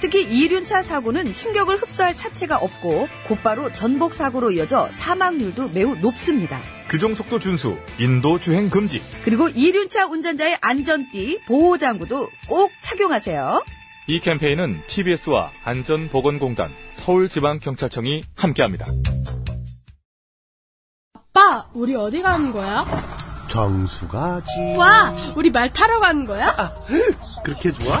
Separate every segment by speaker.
Speaker 1: 특히 이륜차 사고는 충격을 흡수할 차체가 없고 곧바로 전복 사고로 이어져 사망률도 매우 높습니다.
Speaker 2: 규정속도 준수, 인도 주행 금지.
Speaker 1: 그리고 이륜차 운전자의 안전띠, 보호장구도 꼭 착용하세요.
Speaker 2: 이 캠페인은 TBS와 안전보건공단, 서울지방경찰청이 함께합니다.
Speaker 3: 아빠, 우리 어디 가는 거야?
Speaker 4: 정수 가지.
Speaker 3: 와, 우리 말 타러 가는 거야?
Speaker 4: 그렇게 좋아?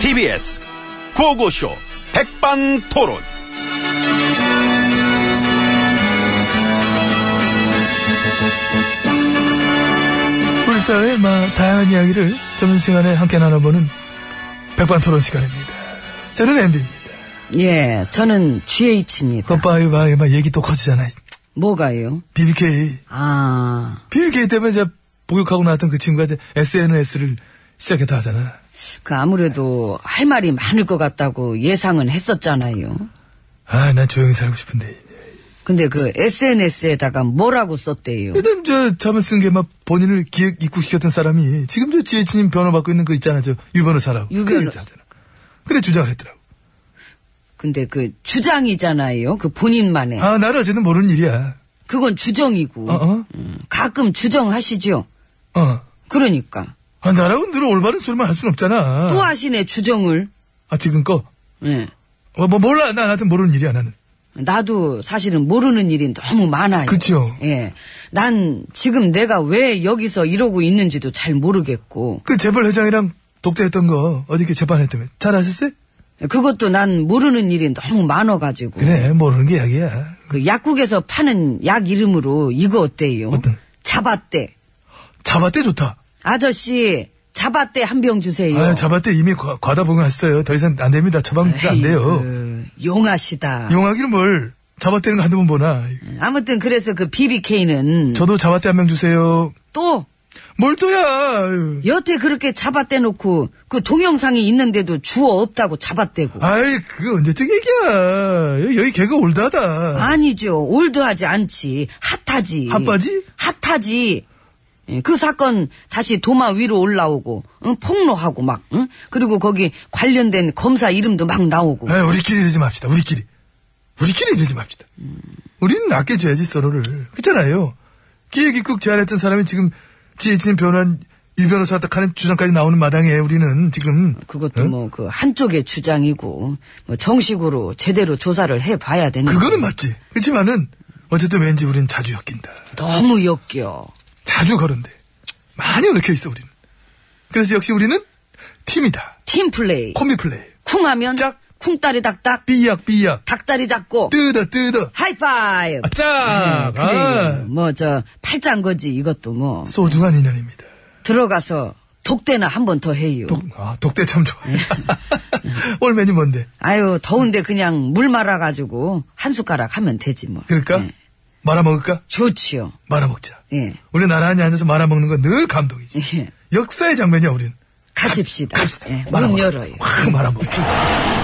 Speaker 5: TBS 고고쇼 백반토론.
Speaker 6: 우리 사회의 마- 다양한 이야기를 점심시간에 함께 나눠보는 백반토론 시간입니다. 저는 엠비입니다.
Speaker 7: 예, 저는 GH입니다. 그
Speaker 6: 오빠이 봐, 막 얘기 또 커지잖아.
Speaker 7: 뭐가요?
Speaker 6: BBK.
Speaker 7: 아,
Speaker 6: BBK 때문에 이제 복역하고 나왔던 그 친구가 이제 SNS를 시작했다 하잖아.
Speaker 7: 그 아무래도 할 말이 많을 것 같다고 예상은 했었잖아요.
Speaker 6: 아, 난 조용히 살고 싶은데.
Speaker 7: 근데 그 SNS에다가 뭐라고 썼대요?
Speaker 6: 일단 저 처음에 쓴 게 막 본인을 기획 입국시켰던 사람이 지금 저 지혜진님 변호 받고 있는 거 있잖아. 저 유변호사라고.
Speaker 7: 유
Speaker 6: 그
Speaker 7: 변호-
Speaker 6: 얘기 하잖아. 그래 주장을 했더라고.
Speaker 7: 근데 그 주장이잖아요. 그 본인만의.
Speaker 6: 아, 나는 어쨌든 모르는 일이야.
Speaker 7: 그건 주정이고.
Speaker 6: 어, 어?
Speaker 7: 음, 가끔 주정하시죠.
Speaker 6: 어.
Speaker 7: 그러니까.
Speaker 6: 아, 나라고 늘 올바른 소리만 할 순 없잖아.
Speaker 7: 또 하시네, 주정을.
Speaker 6: 아, 지금 거?
Speaker 7: 예.
Speaker 6: 어, 뭐 몰라 나 나한테 모르는 일이야 나는
Speaker 7: 나도 사실은 모르는 일이 너무 많아요.
Speaker 6: 그쵸.
Speaker 7: 예. 난 지금 내가 왜 여기서 이러고 있는지도 잘 모르겠고.
Speaker 6: 그 재벌 회장이랑 독대했던 거 어저께 재판했다며 잘 아셨어요?
Speaker 7: 그것도 난 모르는 일이 너무 많아가지고.
Speaker 6: 그래 모르는 게 약이야
Speaker 7: 그 약국에서 파는 약 이름으로 이거 어때요?
Speaker 6: 어떤?
Speaker 7: 잡아떼.
Speaker 6: 잡아떼 좋다
Speaker 7: 아저씨, 잡아떼 한 병 주세요.
Speaker 6: 아 잡아떼 이미 과, 과다 복용했어요 더 이상 안 됩니다 처방도 안 돼요
Speaker 7: 에이그, 용하시다.
Speaker 6: 용하기를 뭘 잡아떼는 거 한두 번 보나
Speaker 7: 아무튼 그래서 그 BBK는
Speaker 6: 저도 잡아떼 한 명 주세요
Speaker 7: 또
Speaker 6: 뭘 또야 아유.
Speaker 7: 여태 그렇게 잡아떼 놓고 그 동영상이 있는데도 주어 없다고 잡아떼고.
Speaker 6: 아이 그거 언제적 얘기야 여기 개그 올드하다
Speaker 7: 아니죠. 올드하지 않지. 핫하지.
Speaker 6: 핫바지?
Speaker 7: 핫하지. 예, 그 사건 다시 도마 위로 올라오고 응? 폭로하고 막 응? 그리고 거기 관련된 검사 이름도 막 나오고
Speaker 6: 에이, 네, 우리끼리 이러지 맙시다, 우리끼리. 우리끼리 이러지 맙시다. 우리는 아껴줘야지, 서로를. 그렇잖아요. 기획입국 제안했던 사람이 지금 지혜진 변호한 유 변호사 딱 하는 주장까지 나오는 마당에 우리는 지금.
Speaker 7: 그것도
Speaker 6: 어?
Speaker 7: 뭐 그 한쪽의 주장이고 뭐 정식으로 제대로 조사를 해봐야 되는
Speaker 6: 그거는 맞지. 그렇지만은, 어쨌든 왠지 우린 자주 엮인다.
Speaker 7: 너무 역겨
Speaker 6: 자주 거론돼. 많이 얽혀 있어, 우리는. 그래서 역시 우리는 팀이다.
Speaker 7: 팀플레이
Speaker 6: 콤비 플레이.
Speaker 7: 쿵하면
Speaker 6: 짝.
Speaker 7: 쿵다리 딱딱
Speaker 6: 삐약, 삐약.
Speaker 7: 닭다리 잡고
Speaker 6: 뜯어, 뜯어.
Speaker 7: 하이파이브
Speaker 6: 아, 짝! 아.
Speaker 7: 뭐 저 팔짱 거지 이것도 뭐
Speaker 6: 소중한 인연입니다.
Speaker 7: 들어가서 독대나 한 번 더 해요
Speaker 6: 독, 아, 독대 참 좋아. 올 메뉴 뭔데?
Speaker 7: 아유 더운데 그냥 물 말아가지고 한 숟가락 하면 되지 뭐
Speaker 6: 그럴까?
Speaker 7: 예.
Speaker 6: 말아먹을까?
Speaker 7: 좋지요
Speaker 6: 말아먹자.
Speaker 7: 예
Speaker 6: 우리 나란히 앉아서 말아먹는 건 늘 감동이지.
Speaker 7: 예.
Speaker 6: 역사의 장면이야, 우린.
Speaker 7: 가십시다
Speaker 6: 갑시다.
Speaker 7: 예, 문
Speaker 6: 말아먹자.
Speaker 7: 열어요
Speaker 6: 확 말아먹자.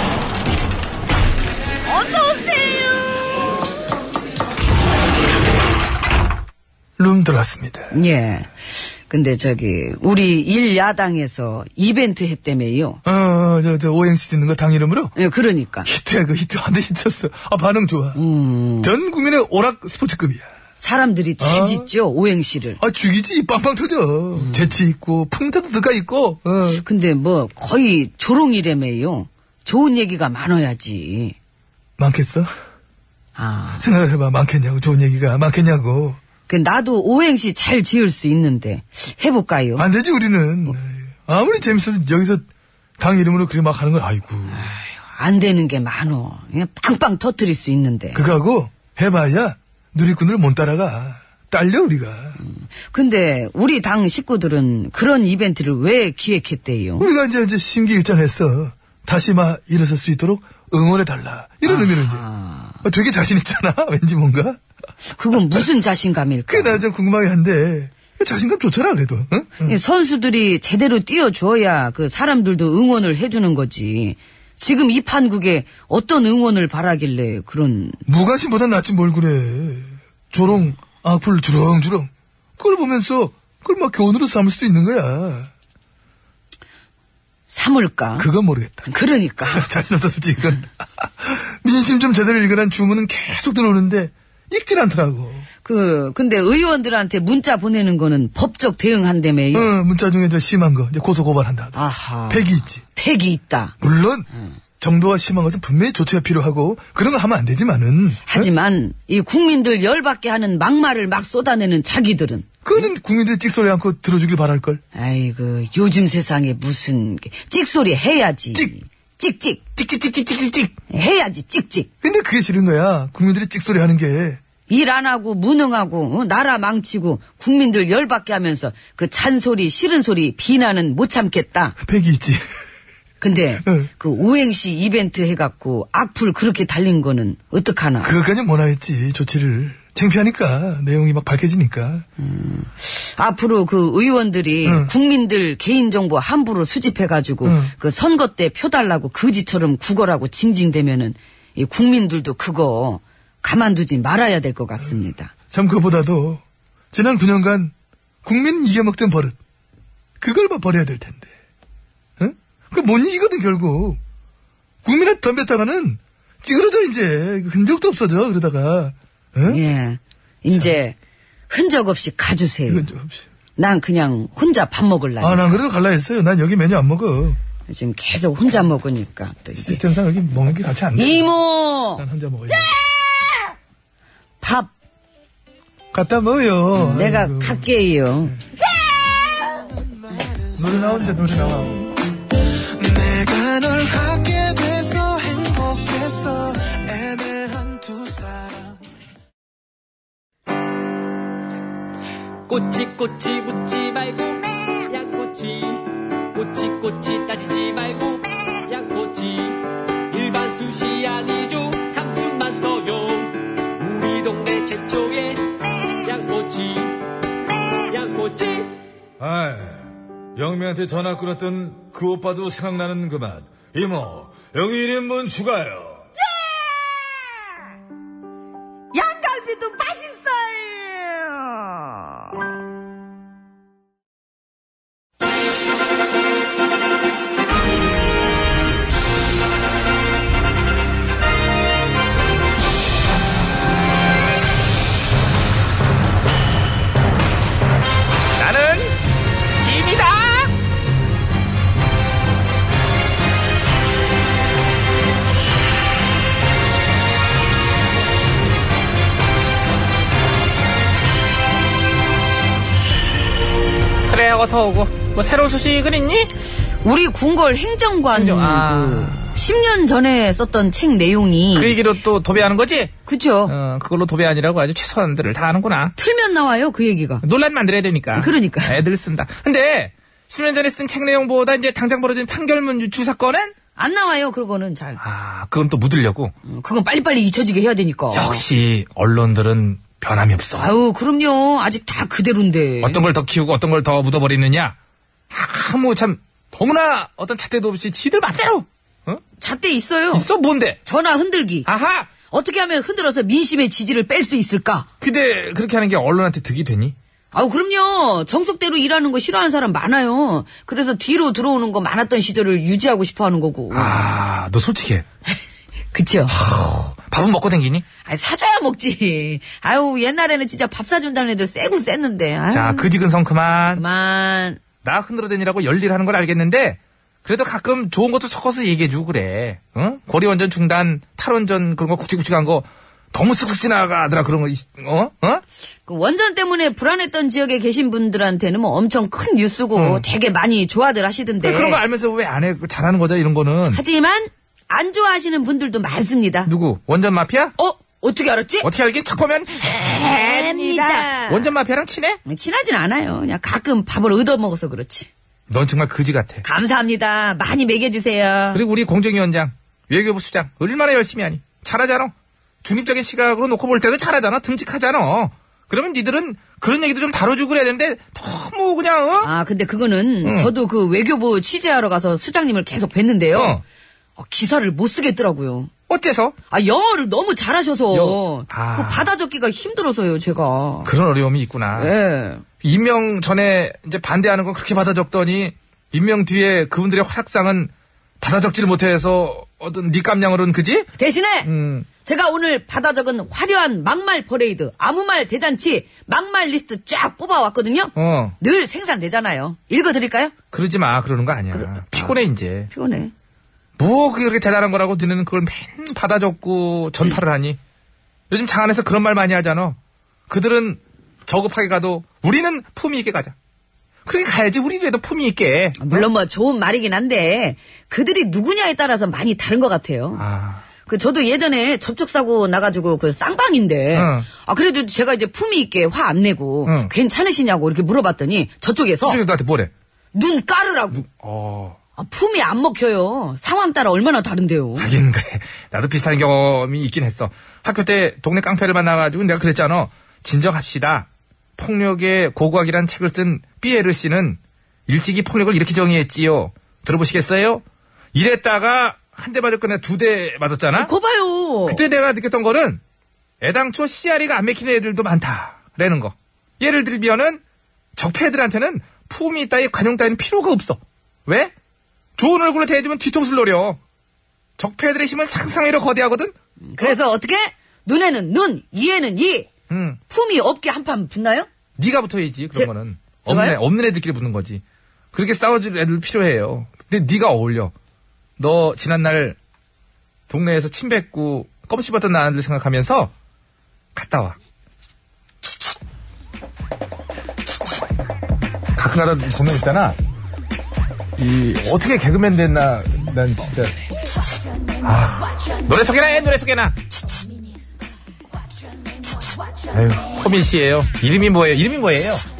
Speaker 6: 룸 들어왔습니다.
Speaker 7: 예. 근데 저기 우리 일 야당에서 이벤트 했다며요.
Speaker 6: 어, 어, 저, 저, 오행시 짓는 거 당 이름으로?
Speaker 7: 예, 그러니까
Speaker 6: 히트야, 그 히트. 완전 히트였어. 아, 반응 좋아. 전 국민의 오락 스포츠급이야.
Speaker 7: 사람들이 잘
Speaker 6: 아.
Speaker 7: 짓죠 오행시를.
Speaker 6: 아 죽이지 빵빵 터져 재치 있고 풍자도 들어가 있고 어.
Speaker 7: 근데 뭐 거의 조롱이래매요. 좋은 얘기가 많아야지.
Speaker 6: 많겠어?
Speaker 7: 아,
Speaker 6: 생각을 해봐 많겠냐고 좋은 얘기가 많겠냐고
Speaker 7: 그 나도 오행시 잘 지을 수 있는데 해볼까요?
Speaker 6: 안 되지 우리는 아무리 재밌어도 여기서 당 이름으로 그리 막 하는 건 아이고
Speaker 7: 안 되는 게 많어. 그냥 빵빵 터트릴 수 있는데.
Speaker 6: 그거하고 해봐야 누리꾼을 못 따라가 딸려 우리가
Speaker 7: 근데 우리 당 식구들은 그런 이벤트를 왜 기획했대요?
Speaker 6: 우리가 이제 이제 심기일전했어 다시 막 일어설 수 있도록 응원해 달라 이런 의미로 이제 어, 되게 자신 있잖아 왠지 뭔가
Speaker 7: 그건 무슨 자신감일까?
Speaker 6: 그게 나좀 궁금하긴 한데 자신감 좋잖아 그래도 응? 응.
Speaker 7: 이 선수들이 제대로 뛰어줘야 그 사람들도 응원을 해주는 거지. 지금 이 판국에 어떤 응원을 바라길래 그런
Speaker 6: 무관심보다 낫지 뭘 그래. 조롱, 악플 주렁주렁. 그걸 보면서 그걸 막 교훈으로 삼을 수도 있는 거야.
Speaker 7: 삼을까?
Speaker 6: 그건 모르겠다.
Speaker 7: 그러니까.
Speaker 6: 자신없다 솔직히 이건. 민심 좀 제대로 읽으란 주문은 계속 들어오는데 읽질 않더라고.
Speaker 7: 그 근데 의원들한테 문자 보내는 거는 법적 대응한다며요.
Speaker 6: 어, 문자 중에 좀 심한 거 이제 고소 고발한다. 하더라.
Speaker 7: 예. 아하.
Speaker 6: 팩이 있지.
Speaker 7: 팩이 있다.
Speaker 6: 물론 정도와 심한 것은 분명히 조치가 필요하고 그런 거 하면 안 되지만은. 응?
Speaker 7: 하지만 이 국민들 열받게 하는 막말을 막 쏟아내는 자기들은
Speaker 6: 그거는 국민들이 찍소리 않고 들어주길 바랄 걸.
Speaker 7: 아이고 요즘 세상에 무슨 게- 찍소리 해야지.
Speaker 6: 찍.
Speaker 7: 찍찍
Speaker 6: 찍찍찍찍찍찍.
Speaker 7: 해야지 찍찍.
Speaker 6: 근데 그게 싫은 거야. 국민들이 찍소리 하는 게.
Speaker 7: 일 안 하고 무능하고 어? 나라 망치고 국민들 열받게 하면서 그 잔소리 싫은 소리 비난은 못 참겠다.
Speaker 6: 팩이 있지.
Speaker 7: 근데
Speaker 6: 응.
Speaker 7: 그 오행시 이벤트 해갖고 악플 그렇게 달린 거는 어떡하나.
Speaker 6: 그것까지 못 하겠지, 조치를. 창피하니까, 내용이 막 밝혀지니까.
Speaker 7: 앞으로 그 의원들이
Speaker 6: 응.
Speaker 7: 국민들 개인정보 함부로 수집해가지고
Speaker 6: 응.
Speaker 7: 그 선거 때 표달라고 거지처럼 구걸하고 징징대면은 이 국민들도 그거 가만두지 말아야 될 것 같습니다.
Speaker 6: 참, 그거보다도, 지난 9년간, 국민 이겨먹던 버릇. 그걸 막 버려야 될 텐데. 응? 그못 이기거든, 결국. 국민한테 덤볐다가는, 찌그러져, 이제. 흔적도 없어져, 그러다가. 응?
Speaker 7: 예. 이제 흔적 없이 가주세요.
Speaker 6: 이건 좀 없이.
Speaker 7: 난 그냥 혼자 밥 먹을라니.
Speaker 6: 아, 난 그래도 갈라 했어요. 난 여기 메뉴 안 먹어.
Speaker 7: 지금 계속 혼자 먹으니까 또 이게.
Speaker 6: 시스템상 여기 먹는 게 같이 안 돼.
Speaker 7: 이모
Speaker 6: 난 혼자 먹어요.
Speaker 7: 밥
Speaker 6: 갖다 먹어요.
Speaker 7: 내가
Speaker 6: 아이고.
Speaker 7: 갈게요.
Speaker 6: 노래 나오는데 노래 나와.
Speaker 8: 내가 널 갖게 돼서 행복했어 애매한 두 사람
Speaker 9: 꼬치 꼬치 묻지 말고 양꼬치 꼬치 꼬치 따지지 말고 양꼬치 일반 숯이 아니죠 참숯만 써요 우리 동네 최초의 양꼬치 양꼬치
Speaker 2: 아이, 영미한테 전화 끊었던 그 오빠도 생각나는 그만. 이모, 여기 1인분 추가요.
Speaker 7: 양갈비도 맛있어요.
Speaker 10: 나는 짐이다. 그래 어서 오고 뭐 새로운 소식은 있니?
Speaker 7: 우리 궁궐 행정관
Speaker 10: 행정-
Speaker 7: 그
Speaker 10: 아.
Speaker 7: 10년 전에 썼던 책 내용이
Speaker 10: 그 얘기로 또 도배하는 거지?
Speaker 7: 그죠?
Speaker 10: 어 그걸로 도배 아니라고 아주 최선들을 다하는구나.
Speaker 7: 틀면 나와요 그 얘기가.
Speaker 10: 논란 만들어야 되니까.
Speaker 7: 그러니까.
Speaker 10: 애들 쓴다. 근데 10년 전에 쓴 책 내용보다 이제 당장 벌어진 판결문 유출 사건은?
Speaker 7: 안 나와요 그거는 잘.
Speaker 2: 아, 그건 또 묻으려고.
Speaker 7: 어, 그건 빨리빨리 잊혀지게 해야 되니까.
Speaker 2: 역시, 언론들은 변함이 없어.
Speaker 7: 어. 아유 네. 그럼요 아직 다 그대로인데.
Speaker 2: 어떤 걸 더 키우고 어떤 걸 더 묻어버리느냐. 아무 참, 너무나 어떤 잣대도 없이 지들 맞대로. 어?
Speaker 7: 잣대 있어요.
Speaker 2: 있어, 뭔데?
Speaker 7: 전화 흔들기.
Speaker 2: 아하!
Speaker 7: 어떻게 하면 흔들어서 민심의 지지를 뺄 수 있을까?
Speaker 2: 근데 그렇게 하는 게 언론한테 득이 되니?
Speaker 7: 아우 그럼요 정석대로 일하는 거 싫어하는 사람 많아요 그래서 뒤로 들어오는 거
Speaker 10: 아.
Speaker 7: 많았던 시절을 유지하고 싶어하는 거고
Speaker 2: 아, 너 솔직해.
Speaker 7: 그쵸
Speaker 10: 밥은 먹고 댕기니?
Speaker 7: 아 사줘야 먹지. 아유 옛날에는 진짜 밥 사준다는 애들 세고 쎘는데. 아유,
Speaker 10: 자, 그 직은 성 그만.
Speaker 7: 그만.
Speaker 10: 나 흔들어대니라고 열일하는 걸 알겠는데 그래도 가끔 좋은 것도 섞어서 얘기해주고 그래. 응? 고리원전 중단, 탈원전 그런 거 굵직굵직한 거 너무 쓱쓱 지나가더라 그런 거. 이씨, 어? 어?
Speaker 7: 그 원전 때문에 불안했던 지역에 계신 분들한테는 뭐 엄청 큰 뉴스고 되게 많이 좋아들 하시던데.
Speaker 10: 그런 거 알면서 음. 왜 안 해? 잘하는 거죠 이런 거는.
Speaker 7: 하지만 안 좋아하시는 분들도 많습니다.
Speaker 10: 누구? 원전 마피아?
Speaker 7: 어? 어떻게 알았지?
Speaker 10: 어떻게 알긴 척 보면
Speaker 7: 합니다.
Speaker 10: 원전 마피아랑 친해?
Speaker 7: 친하진 않아요. 그냥 가끔 밥을 얻어먹어서 그렇지.
Speaker 10: 넌 정말 그지 같아.
Speaker 7: 감사합니다. 많이 먹여주세요.
Speaker 10: 그리고 우리 공정위원장, 외교부 수장 얼마나 열심히 하니? 잘하잖아. 중립적인 시각으로 놓고 볼 때도 잘하잖아. 듬직하잖아. 그러면 니들은 그런 얘기도 좀 다뤄주고 그래야 되는데 너무 그냥 어?
Speaker 7: 아, 근데 그거는
Speaker 10: 응.
Speaker 7: 저도 그 외교부 취재하러 가서 수장님을 계속 뵀는데요. 어, 기사를 못 쓰겠더라고요.
Speaker 10: 어째서?
Speaker 7: 아, 영어를 너무 잘하셔서.
Speaker 10: 여- 아.
Speaker 7: 그 받아 적기가 힘들어서요, 제가.
Speaker 10: 그런 어려움이 있구나.
Speaker 7: 예.
Speaker 10: 임명 전에 이제 반대하는 건 그렇게 받아 적더니 임명 뒤에 그분들의 활약상은 받아 적지를 못해서 어떤 니 깜냥으로는 그지?
Speaker 7: 대신에
Speaker 10: 음.
Speaker 7: 제가 오늘 받아 적은 화려한 막말 퍼레이드, 아무 말 대잔치, 막말 리스트 쫙 뽑아왔거든요.
Speaker 10: 어.
Speaker 7: 늘 생산되잖아요. 읽어드릴까요?
Speaker 10: 그러지 마. 그러는 거 아니야. 피곤해 이제.
Speaker 7: 피곤해.
Speaker 10: 뭐 그렇게 대단한 거라고 드는 그걸 맨 받아 적고 전파를 하니. 요즘 장안에서 그런 말 많이 하잖아. 그들은 저급하게 가도 우리는 품위 있게 가자. 그렇게 가야지 우리라도 품위 있게.
Speaker 7: 물론 뭐 좋은 말이긴 한데 그들이 누구냐에 따라서 많이 다른 것 같아요.
Speaker 10: 아.
Speaker 7: 그 저도 예전에 접촉 사고 나가지고 그 쌍방인데
Speaker 10: 응.
Speaker 7: 아 그래도 제가 이제 품위 있게 화 안 내고
Speaker 10: 응.
Speaker 7: 괜찮으시냐고 이렇게 물어봤더니 저쪽에서
Speaker 10: 저쪽에서 나한테 뭐래?
Speaker 7: 눈 깔으라고
Speaker 10: 어.
Speaker 7: 아, 품이 안 먹혀요. 상황 따라 얼마나 다른데요.
Speaker 10: 하긴 그래. 나도 비슷한 경험이 있긴 했어. 학교 때 동네 깡패를 만나가지고 내가 그랬잖아. 진정합시다. 폭력의 고고학이란 책을 쓴 삐에르 씨는 일찍이 폭력을 이렇게 정의했지요. 들어보시겠어요? 이랬다가 한 대 맞을 거나 두 대 맞았잖아.
Speaker 7: 거 봐요.
Speaker 10: 그때 내가 느꼈던 거는 애당초 씨알이가 안 맥히는 애들도 많다라는 거. 예를 들면은 적폐들한테는 품위 따위 관용 따위는 필요가 없어. 왜? 좋은 얼굴로 대해주면 뒤통수를 노려. 적폐들의 힘은 상상외로 거대하거든.
Speaker 7: 그래서 어떻게 눈에는 눈, 이에는 이.
Speaker 10: 응.
Speaker 7: 품이 없게 한판 붙나요?
Speaker 10: 네가 붙어야지 그런
Speaker 7: 제-
Speaker 10: 거는
Speaker 7: 제가요?
Speaker 10: 없는 애, 없는 애들끼리 붙는 거지. 그렇게 싸워줄 애들 필요해요. 근데 네가 어울려. 너 지난날 동네에서 침 뱉고 껌 씹었던 나들 생각하면서 갔다 와. 가끔가다 보면 있잖아. 이 어떻게 개그맨 됐나 난 진짜 아 노래 소개나 해 노래 소개나 아유, 허민 씨예요. 이름이 뭐예요? 이름이 뭐예요?